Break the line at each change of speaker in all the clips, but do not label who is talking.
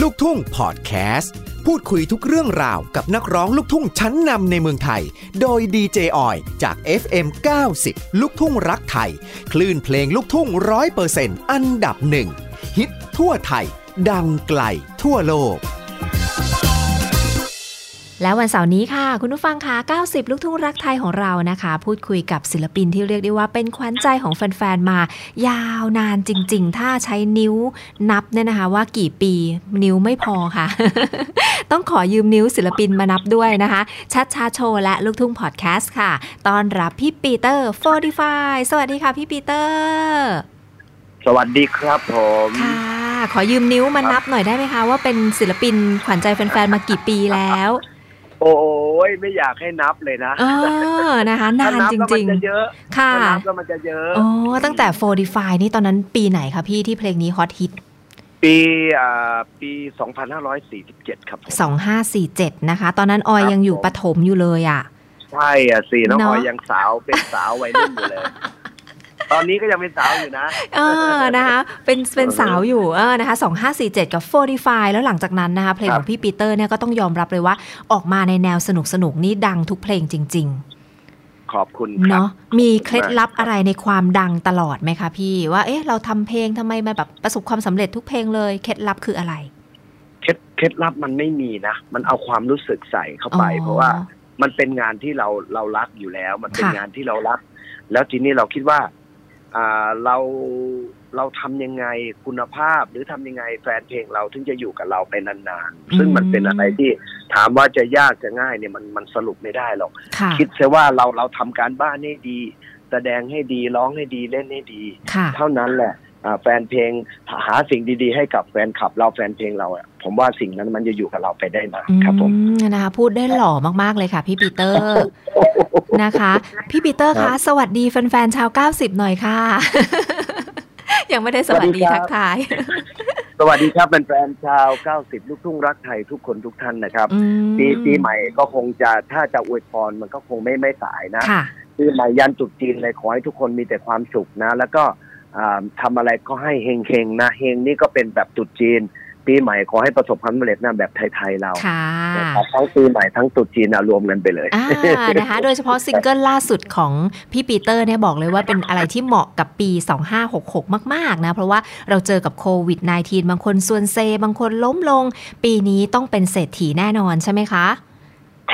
ลูกทุ่งพอดแคสต์พูดคุยทุกเรื่องราวกับนักร้องลูกทุ่งชั้นนำในเมืองไทย โดยดีเจออยจาก FM 90 ลูกทุ่งรักไทย คลื่นเพลงลูกทุ่งร้อยเปอร์เซ็นต์อันดับหนึ่งฮิตทั่วไทย ดังไกลทั่วโลก
แล้ววันเสาร์นี้ค่ะ คุณผู้ฟังคะ90 ลูกทุ่งรักไทยของเรานะคะ พูดคุยกับศิลปินที่เรียกได้ว่าเป็นขวัญใจของแฟนๆ มา ยาวนานจริง ๆ ถ้าใช้นิ้วนับเนี่ยนะคะ ว่ากี่ปีนิ้วไม่พอค่ะ ต้องขอยืมนิ้วศิลปินมานับด้วยนะคะ ชัดชาโชว์และลูกทุ่งพอดแคสต์ค่ะต้อนรับพี่ปีเตอร์45สวัสดีค่ะพี่ปีเตอร์
สวัสดีครับผม
ค่ะ ขอยืมนิ้วมานับหน่อยได้ไหมคะว่าเป็นศิลปินขวัญใจแฟนๆ มากี่ปีแล้ว
โอ้ยไม่อยากให้นับเลยนะ
เออนะคะ นา
ถ้านนั
จ
แล้วมั
ริง
จะเยอะ
ๆ ค่ะ
ถ้านับแล้วมันจะเยอะ
โอ้ตั้งแต่ 45 นี่ตอนนั้นปีไหนคะพี่ที่เพลงนี้ฮอตฮิต
ปีอ่าปี 2547 ครับผม
2547 นะคะ ตอนนั้นออย
ครับ
ยังอยู่
ผม
ปฐมอยู่เลยอ่ะ
ใช่อ่ะสิน้อง
เน
อ
อะ
อยยังสาวเป็นสาววัยรุ่น อยู่เลย ตอนนี้ก็ยังเป็นสาวอยู่นะ
เออนะคะ เป็นเป็นสาวอยู่เออนะคะ2547 กับ 45 แล้วหลังจากนั้นนะคะ เพลง
ครั
ข
บ
องพี่ปีเตอร์เนี่ยก็ต้องยอมรับเลยว่า ออกมาในแนวสนุกสนุกๆนี่ดังทุกเพลงจริง
ขอบคุณ
ๆ
ครับ
เนาะมีเคล็ดลับอะไรในความดังตลอดไหมคะพี่ว่าเอ๊ะเราทำเพลงทำไมมันแบบประสบความสำเร็จทุกเพลงเลยเคล็ดลับคืออะไร
เคล็ดเคล็ดลับมันไม่มีนะ มันเอาความรู้สึกใส่เข้าไป เพราะว่ามันเป็นงานที่เราเรารักอยู่แล้ว มันเป็น
ค่ะ
งานที่เรารัก แล้วทีนี้เราคิดว่า อ่าเราเราทำยังไงคุณภาพ หรือทำยังไงแฟนเพลงเราถึงจะอยู่กับเราไปนานๆ ซึ่งมันเป็นอะไรที่ถามว่าจะยากจะง่ายเนี่ยมันมันสรุปไม่ได้หรอก
ค่ะ
คิดซะว่าเราเราทำการบ้านให้ดี แสดงให้ดีร้องให้ดีเล่นให้ดี
ค่ะ
เท่านั้นแหละอ่าแฟนเพลงหาสิ่งดีๆ ให้กับแฟนคลับเราแฟนเพลงเราอะผมว่าสิ่งนั้นมันจะอยู่กับเราไปได้นานครับผม
อืนะคะพูดได้หล่อมากๆเลยค่ะ พี่ปีเตอร์ นะคะ พี่ปีเตอร์
ค
คะ
รับ
สวัสดีแฟนๆชาว 90 หน่อยค่ะ ยังไม่ได้สวัสดี
สวัสดีครับ
ทักทาย
สวัสดีครับแฟนๆชาว 90 ลูกทุ่งรักไทยทุกคนทุกท่านนะครับ
อืม
ปีปีใหม่ก็คงจะถ้าจะอวยพรมันก็คงไม่ไม่สายนะ
ค่ะ
ปีใหม่ยันจุดจีนเลยขอให้ทุกคนมีแต่ความสุขนะ แล้วก็อ่าทำาอะไรก็ให้เฮงๆนะเฮงนี่ก็เป็นแบบจุดจีน ปีใหม่ขอให้ประสบความสำเร็จนะแบบไทยๆเรา
ค่ะ
นะครับทั้งปีใหม่ทั้งตรุดจีนนะรวมกันไปเลย
อ่านะคะ โดยเฉพาะซิงเกิลล่าสุดของพี่ปีเตอร์เนี่ยบอกเลยว่าเป็นอะไรที่เหมาะกับปี 2566 มากๆนะ เพราะว่าเราเจอกับโควิด -19 บางคนส่วนเซ บางคนล้มลง ปีนี้ต้องเป็นเศรษฐีแน่นอนใช่ไหมคะ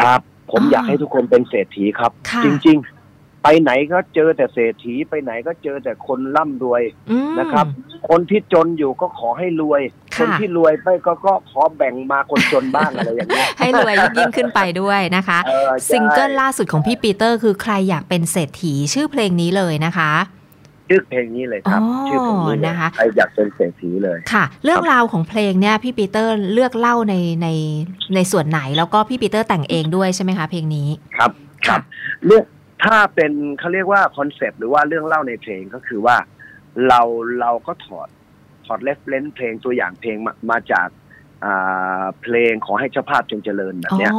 ครับ ผม
อ่า
อยากให้ทุกคนเป็นเศรษฐีครับ
ค่ะ
จริงๆ ไปไหนก็เจอแต่เศรษฐีไปไหนก็เจอแต่คนร่ำรวย
อืม
นะครับ คนที่จนอยู่ก็ขอให้รวย
ค่ะ
คนที่รวยไปก็ก็ขอแบ่งมาคนจนบ้าง อะไรอย่างเงี้ย
ให้รวยยิ่งยิ่งขึ้นไปด้วยนะคะ
เออใช่
ซิงเกิลล่าสุดของพี่ปีเตอร์คือใครอยากเป็นเศรษฐีชื่อเพลงนี้เลยนะคะ
ชื่อเพลงนี้เลยครับ
อ๋อ
ชื่อเพลงนี้เลย
นะคะ
ใครอยากเป็นเศรษฐีเลย
ค่ะ เรื่องราวของเพลงเนี่ยพี่ปีเตอร์เลือกเล่าในในในส่วนไหนแล้วก็พี่ปีเตอร์แต่งเองด้วยใช่ไหมคะเพลงนี้
ครับ
ค่ะ
เรื่องถ้าเป็นเขาเรียกว่าคอนเซปต์หรือว่าเรื่องเล่าในเพลงก็คือว่าเราเราก็ถอดถอดเลฟเลนเพลงตัวอย่างเพลงมามาจากอ่าเพลงขอให้เจ้าภาพจงเจริญแบบ
อ๋อ
เนี้ย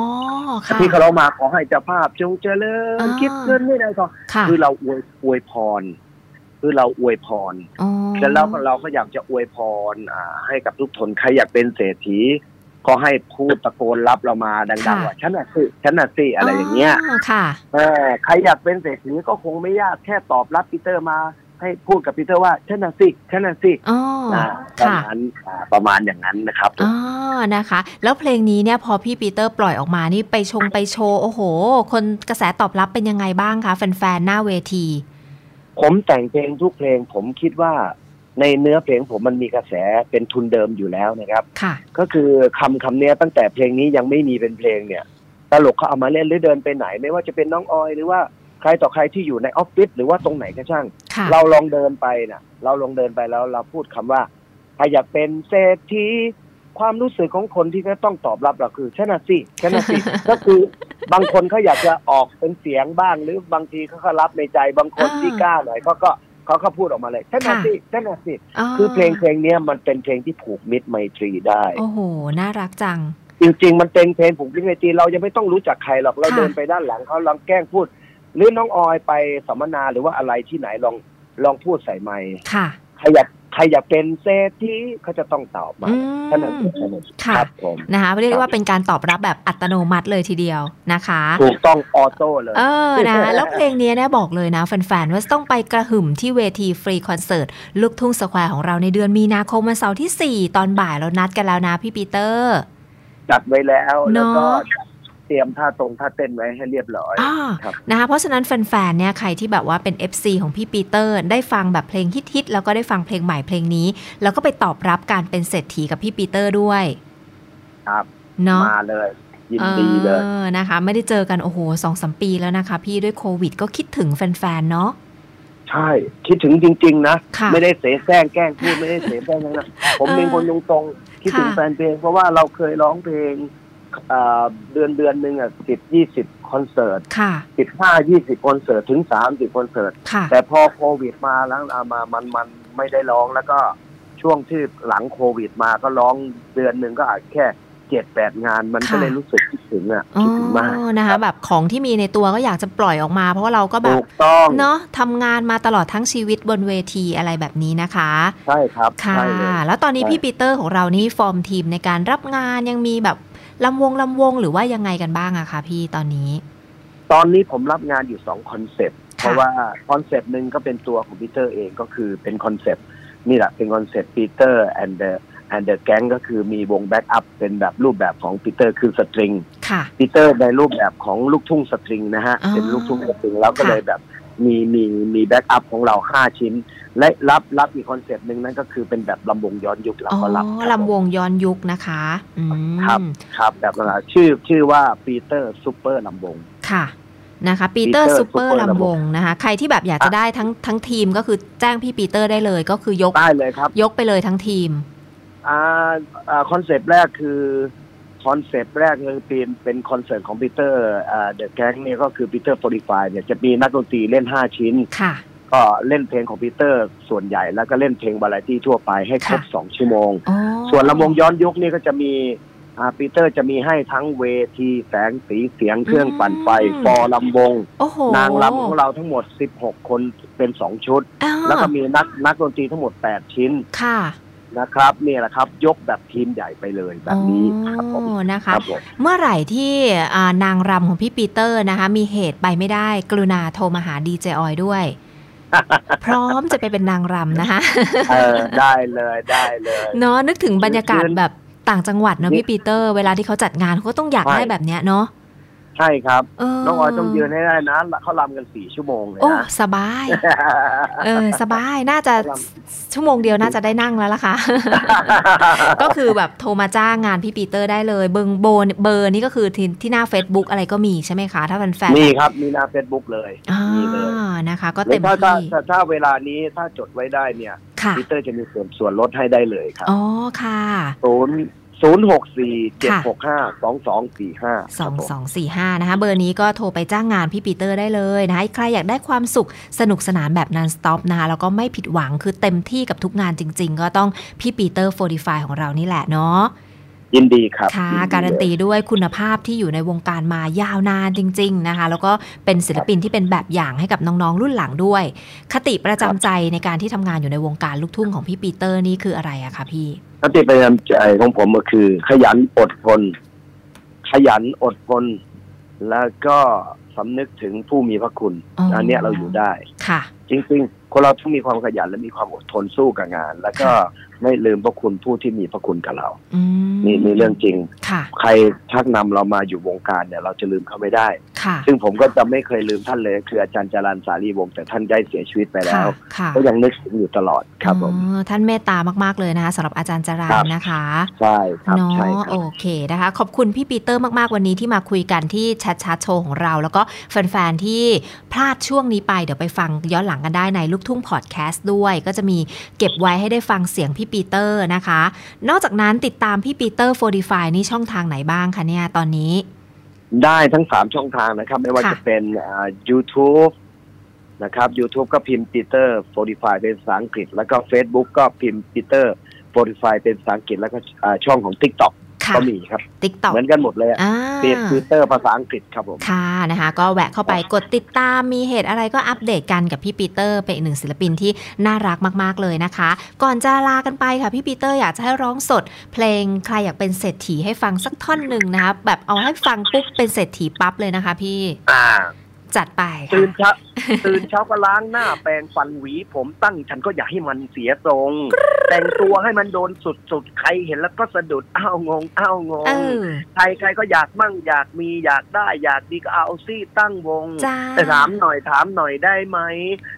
ค่ะ
ที่เขาร้องมาขอให้เจ้าภาพจงเจริญ
อ่า
คิดเงินไม่ได้ก็
ค่ะ
คือเราอวยอวยพร คือเราอวยพร
อ๋อ
แล้วเราก็เราก็อยากจะอวยพรอ่าให้กับทุกคนใครอยากเป็นเศรษฐี ก็ให้พูดตะโกนรับเรามาดังๆว่าฉันน่ะสิฉันน่ะสิอะไรอย่างเงี้ย
ค่ะ
เออใครอยากเป็นเศรษฐีก็คงไม่ยากแค่ตอบรับปีเตอร์มา ให้พูดกับปีเตอร์ว่าชนะสิชนะสิ
อ๋อ
อ่าประ
ค่ะ
มาณอ่าประมาณอย่างนั้นนะครับ
อ๋อนะคะ แล้วเพลงนี้เนี่ยพอพี่ปีเตอร์ปล่อยออกมานี่ไปชงไปโชว์โอ้โห คนกระแสตอบรับเป็นยังไงบ้างคะแฟนๆหน้าเวที
ผมแต่งเพลงทุกเพลงผมคิดว่าในเนื้อเพลงผมมันมีกระแสเป็นทุนเดิมอยู่แล้วนะครับ
ค่ะ
ก็คือคำคำเนี้ยตั้งแต่เพลงนี้ยังไม่มีเป็นเพลงเนี่ยตลกเขาเอามาเล่นหรือเดินไปไหน ไม่ว่าจะเป็นน้องออย หรือว่าใครต่อใครที่อยู่ในออฟฟิศหรือว่าตรงไหนก็ช่าง
ค่ะ
เราลองเดินไปนะเราลองเดินไปแล้วเราพูดคำว่าใครอยากเป็นเศรษฐีความรู้สึกของคนที่จะต้องตอบรับเราคือชนะสิชนะสิ ก็คือบางคนเขาอยากจะออกเป็นเสียงบ้าง หรือบางทีเขาก็รับในใจบางคน
อ่า
ที่กล้าหน่อยเขาก็เขาก็พูดออกมาเลยชนะ
ค่ะ
สิชนะสิคือเพลงเพลงเนี้ยมันเป็นเพลงที่ผูกมิตรไมตรีได้
โอ้โห น่ารักจัง
จริงๆ มันเป็นเพลงผูกมิตรไมตรีเรายังไม่ต้องรู้จักใครหรอกเรา
ค่ะ
เดินไปด้านหลังเขาลองแกล้งพูด หรือน้องออยไปสัมมนาหรือว่าอะไรที่ไหนลองลองพูดใส่ไมค์
ค่ะ
ใครอยาก ใครอยากเป็นเศรษฐีเขาจะต้องตอบมา
อื
ท่านนั้น
ม
ท่านนั้น
ค่ะ
ครับผม
นะคะเรียกได้ว่าเป็นการตอบรับแบบอัตโนมัติเลยทีเดียวนะคะ
ถูกต้องออโต้เลย
เออ นะคะแล้วเพลงเนี้ยนะบอกเลยนะแฟนๆว่าต้องไปกระหึ่มที่เวทีฟรีคอนเสิร์ตลูกทุ่งสแควร์ของเราในเดือนมีนาคมวันเสาร์ที่ 4 ตอนบ่ายเรานัดกันแล้วนะพี่ปีเตอร์
จัดไว้แล้ว
เนอะ
แล้วก็เตรียมท่าตรงท่าเต้นไว้ให้เรียบร้อย
อ่า
ครับ
นะคะเพราะฉะนั้นแฟนๆเนี่ยใครที่แบบว่าเป็น FC ของพี่ปีเตอร์ ได้ฟังแบบเพลงฮิตๆแล้วก็ได้ฟังเพลงใหม่เพลงนี้ แล้วก็ไปตอบรับการเป็นเศรษฐีกับพี่ปีเตอร์ด้วย
ครับ
เนาะ
มาเลย ยินดีเลย
ออนะคะ ไม่ได้เจอกัน โอ้โหสองสมปีแล้วนะคะ พี่ด้วยโควิดก็คิดถึงแฟน ๆ เนาะ
ใช่ คิดถึงจริง ๆ นะ
ค่ะ
ไม่ได้เสแสร้งแกล้งพูด ไม่ได้เสแสร้งทั้งนะ ผมเป็นคนตรงๆ คิดถึง
ค่ะ
แฟนเพลง เพราะว่าเราเคยร้องเพลงเอ่อเดือนเดือนหนึ่งอ่ะสิบยี่สิบคอนเสิร์ต
ค่ะ
สิบห้ายี่สิบคอนเสิร์ตถึงสามสิบคอนเสิร์ต
ค่ะ
แต่พอโควิดมาแล้วเอามามันมันไม่ได้ร้องแล้วก็ช่วงที่หลังโควิดมาก็ร้องเดือนหนึ่งก็อาจแค่เจ็ดแปดงาน มันก็
ค่ะ
เลยรู้สึกคิดถึงอ่ะ
อ๋
คิดถึงมาก
อ นะคะ แบบของที่มีในตัวก็อยากจะปล่อยออกมา เพราะว่าเราก็แบ
ถู
บ
กต้อง
เนาะทำงานมาตลอดทั้งชีวิตบนเวทีอะไรแบบนี้นะคะ
ใช่ครับ
ค่ะ
ใช่เลย
แล้วตอนนี้
ใช่
พี่ปีเตอร์ของเรานี่ฟอร์มทีมในการรับงานยังมีแบบลำวงลำวงหรือว่ายังไงกันบ้างอะคะพี่ตอนนี้
ตอนนี้ผมรับงานอยู่สองคอนเซปต์เพ
ค่ะ
ราะว่าคอนเซปต์หนึ่งก็เป็นตัวของปีเตอร์เองก็คือเป็นคอนเซปต์นี่แหละเป็นคอนเซปต์ปีเตอร์ and the and the gang ก็คือมีวงแบ็กอัพเป็นแบบรูปแบบของปีเตอร์คือสตริง
ค่ะ
ปีเตอร์ในรูปแบบของลูกทุ่งสตริงนะฮะ
อ๋อ
เป็นลูกทุ่งสตริงแล้วก็
ค่ะ
เลยแบบมีมีมีแบ็กอัพของเรา 5 ชิ้น และรับรับอีกคอนเซปต์หนึ่งนั่นก็คือเป็นแบบลำวงย้อนยุคเรา
๋อ
ก็รับ
ลำวงย้อนยุคนะคะอืม
ครับครับแบบนั้นนะชื่อชื่อว่าปีเตอร์ซูเปอร์ลำวง
ค่ะนะคะปีเตอ
Peter
ร์ซูเปอ
Super
ร์ลำวงนะคะใครที่แบบอยากจะได้ทั้งทั้งทีมก็คือแจ้งพี่ปีเตอร์ได้เลยก็คือยก
ได้เลยครับ
ยกไปเลยทั้งทีม
อ่าอ่าคอนเซปต์แรกคือคอนเซปต์แรกคือเป็นเป็นคอนเสิร์ตของปีเตอร์อ่าเดอะแก๊งเนี่ยก็คือปีเตอร์โปรดิฟายเนี่ยจะมีนักดนตรีเล่น 5 ชิ้น
ค่ะ
ก็เล่นเพลงของปีเตอร์ส่วนใหญ่แล้วก็เล่นเพลงบาลาตี้ทั่วไปให้ครบ
ค่ะ
สองชั่วโมง
อ๋อ
ส่วนลำวงย้อนยุคนี่ก็จะมีอ่าปีเตอร์จะมีให้ทั้งเวทีแสงสีเสียงเครื่องปั่นไฟฟอลำวง
โอ้โห
นางรำของเราทั้งหมด 16 คนเป็น 2 ชุด
อ้า
แล้วก็มีนักนักดนตรีทั้งหมด 8 ชิ้น
ค่ะ
นะครับนี่แหละครับ ยกแบบทีมใหญ่ไปเลยแบบนี้ครับผม
อ๋อนะ
ค
คะ
รับผม
เมื่อไหร่ที่อ่านางรำของพี่ปีเตอร์นะคะ มีเหตุไปไม่ได้ กรุณาโทรมาหาดีเจออย ด้วย พร้อมจะไปเป็นนางรำนะคะ
เอ อได้เลยได้เลย
เนาะนึกถึงบรรยากาศ
เดือน
แบบต่างจังหวัดเนอะพี่ปีเตอร์ เวลาที่เขาจัดงานเขาก็ต้องอยาก
ใช่
ได้แบบเนี้ยเนาะ
ใช่ครับ
เ
น้องออยต้องยืนให้ได้นะเขารำกัน 4 ชั่วโมงเลย
โอ้
นะ
สบาย เออ สบาย น่าจะ
ครับ
ชั่วโมงเดียวน่าจะได้นั่งแล้วล่ะ ค่ะ ก็คือแบบโทรมาจ้างงานพี่ปีเตอร์ได้เลยเบอร์โบนเบอร์นี่ก็คือที่ที่หน้า Facebook อะไรก็มีใช่ไหมคะ ถ้าแฟน
นี่ครับมีหน้าเฟซบุ๊กเลย
ๆอ่า
มีเลย
นะคะ ก็
หรื
เต็
อ
ม
ถ้าถ้า
ที่
ถ้าถ้าเวลานี้ถ้าจดไว้ได้เนี่ย
ค่ะ
พีเตอร์จะมีส่วนส่วนลดให้ได้เลยครับ
อ๋อ ค่ะ
ศูนย์ศูนย์หกสี่เจ็ดหกห้าสองสองสี่ห้า
สองสองสี่ห้านะคะ เบอร์นี้ก็โทรไปจ้างงานพี่ปีเตอร์ได้เลยนะคะใครอยากได้ความสุขสนุกสนานแบบนันสต็อปนะคะแล้วก็ไม่ผิดหวังคือเต็มที่กับทุกงานจริง ๆ ก็ต้องพี่ปีเตอร์โฟดิฟของเรานี่แหละเนาะ
ยินดีครับ
ค่ะ
ยิดี
การันตี
เลย
ด้วยคุณภาพที่อยู่ในวงการมายาวนานจริง ๆนะคะ แล้วก็เป็นศิลปินที่เป็นแบบอย่างให้กับน้องๆรุ่นหลังด้วย คติประจำใจในการที่ทำงานอยู่ในวงการลูกทุ่งของพี่ปีเตอร์นี่คืออะไรอะคะพี่
คติประจำใจของผมก็คือ ขยันอดทนขยันอดทนแล้วก็สำนึกถึงผู้มีพระคุณ
อ๋ออั
นเนี้ยเราอยู่ได้
ค่ะ
จริงๆ คนเราต้องมีความขยันและมีความอดทนสู้กับงาน แล้วก็ไม่ลืมพระคุณผู้ที่มีพระคุณกับเรา
อืม
นี่นี่เรื่องจริง
ค่ะ
ใครชักนำเรามาอยู่วงการเนี่ย เราจะลืมเขาไม่ได้
ค่ะ
ซึ่งผมก็จะไม่เคยลืมท่านเลย คืออาจารย์จรันสารีวงศ์แต่ท่านได้เสียชีวิตไปแล้
ค่ะ
ว
ค่ะ
ก็ยังนึกถึงอยู่ตลอดครับผม
อ๋อท่านเมตตามากๆเลยนะคะสำหรับอาจารย์จรัน
ครับ
นะคะ
ใช่ครับ
เนาะ
ใช่ครับ
โอเคนะคะ ขอบคุณพี่ปีเตอร์มากๆวันนี้ที่มาคุยกันที่ชัดชัดโชว์ของเรา แล้วก็แฟนๆที่พลาดช่วงนี้ไปเดี๋ยวไปฟังย้อนหลังกันได้ในลูกทุ่งพอดแคสต์ด้วย ก็จะมีเก็บไว้ให้ได้ฟังเสียงพี่ปีเตอร์นะคะ นอกจากนั้นติดตามพี่ปีเตอร์โฟดีฟนี่ช่องทางไหนบ้างคะเนี่ยตอนนี้
ได้ทั้งสามช่องทางนะครับ ไม่ว่า
ค่ะ
จะเป็นอ่า YouTube นะครับ YouTube ก็พิมพ์ Peter Fortify เป็นภาษาอังกฤษ แล้วก็ Facebook ก็พิมพ์ Peter Fortify เป็นภาษาอังกฤษแล้วก็อ่าช่องของ TikTok
ค่ะ
ก็มีครับ
ติ๊กต็อก
เหมือนกันหมดเลยอะ
อ่า
เฟซทวิตเตอร์ภาษาอังกฤษครับผม
ค่ะนะคะ ก็แวะเข้าไปกดติดตามมีเหตุอะไรก็อัปเดตกันกับพี่ปีเตอร์ เป็นอีกหนึ่งศิลปินที่น่ารักมาก ๆ เลยนะคะ ก่อนจะลากันไปค่ะพี่ปีเตอร์อยากจะให้ร้องสด เพลงใครอยากเป็นเศรษฐีให้ฟังสักท่อนหนึ่งนะคะแบบเอาให้ฟังปุ๊บเป็นเศรษฐีปั๊บเลยนะคะ พี่
อ่า
จัดไปค่ะ
ตื่น เช้า ตื่นเช้าก็ล้างหน้าแปรงฟันหวี ผมตั้งฉันก็อย่าให้มันเสียทรง แต่งตัวให้มันโดนสุดๆ ใครเห็นแล้วก็สะดุดอ้าวงงอ้าวง
เอง อ
ใครใครก็อยากมั่งอยากมีอยากได้อยากดีก็เอาซี่ตั้งวง
จ้า
แต่ถามหน่อยถามหน่อยได้ไหม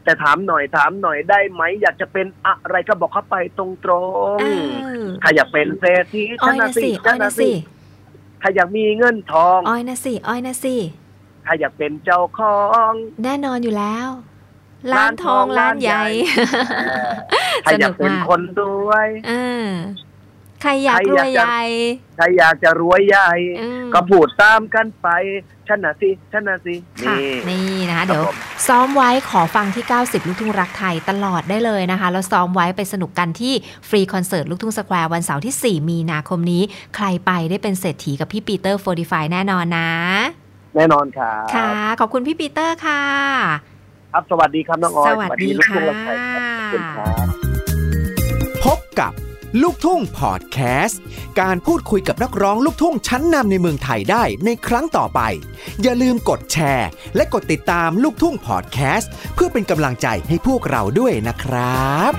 แต่ถามหน่อยถามหน่อยได้ไหม อยากจะเป็นอะไรก็บอกเข้าไปตรง
เอ
ๆ
อ
ใครอยากเป็นเศรษฐี
อ้อ
ฉั
ย
น
นะ
นะ
สิ
สิ
อ้
ฉั
อย
น
นะ
นะ
สิ
สิใครอยากมีเงินทอง
อ้อยนะสิอ้อยนะสิ
ใครอยากเป็นเจ้าของ
แน่นอนอยู่แล้วร้านทองร้านใหญ่
ใครอยากเป็นคนรวย
เออใครอยากรวยใหญ่
ใครอยากจะรวยใหญ่
อืม
ก็พูดตามกันไปฉันนะสิฉันนะสิ
ค่ะ
นี่
นี่นะคะเดี๋ยว
ครับผม
ซ้อมไว้ขอฟังที่ 90 ลูกทุ่งรักไทยตลอดได้เลยนะคะ แล้วซ้อมไว้ไปสนุกกันที่ฟรีคอนเสิร์ตลูกทุ่งสแควร์วันเสาร์ที่ 4 มีนาคมนี้ ใครไปได้เป็นเศรษฐีกับพี่ปีเตอร์โฟดีไฟแน่นอนนะ
แน่นอนครับ
ค่ะ ขอบคุณพี่ปีเตอร์ค่ะ
ครับสวัสดีครับน้องออย
สวัสดี
ลูกทุ่งรักไทย
ค่ะ
ขอบคุณครับ
พบกับลูกทุ่งพอดแคสต์ การพูดคุยกับนักร้องลูกทุ่งชั้นนำในเมืองไทยได้ในครั้งต่อไป อย่าลืมกดแชร์ และกดติดตามลูกทุ่งพอดแคสต์ เพื่อเป็นกำลังใจให้พวกเราด้วยนะครับ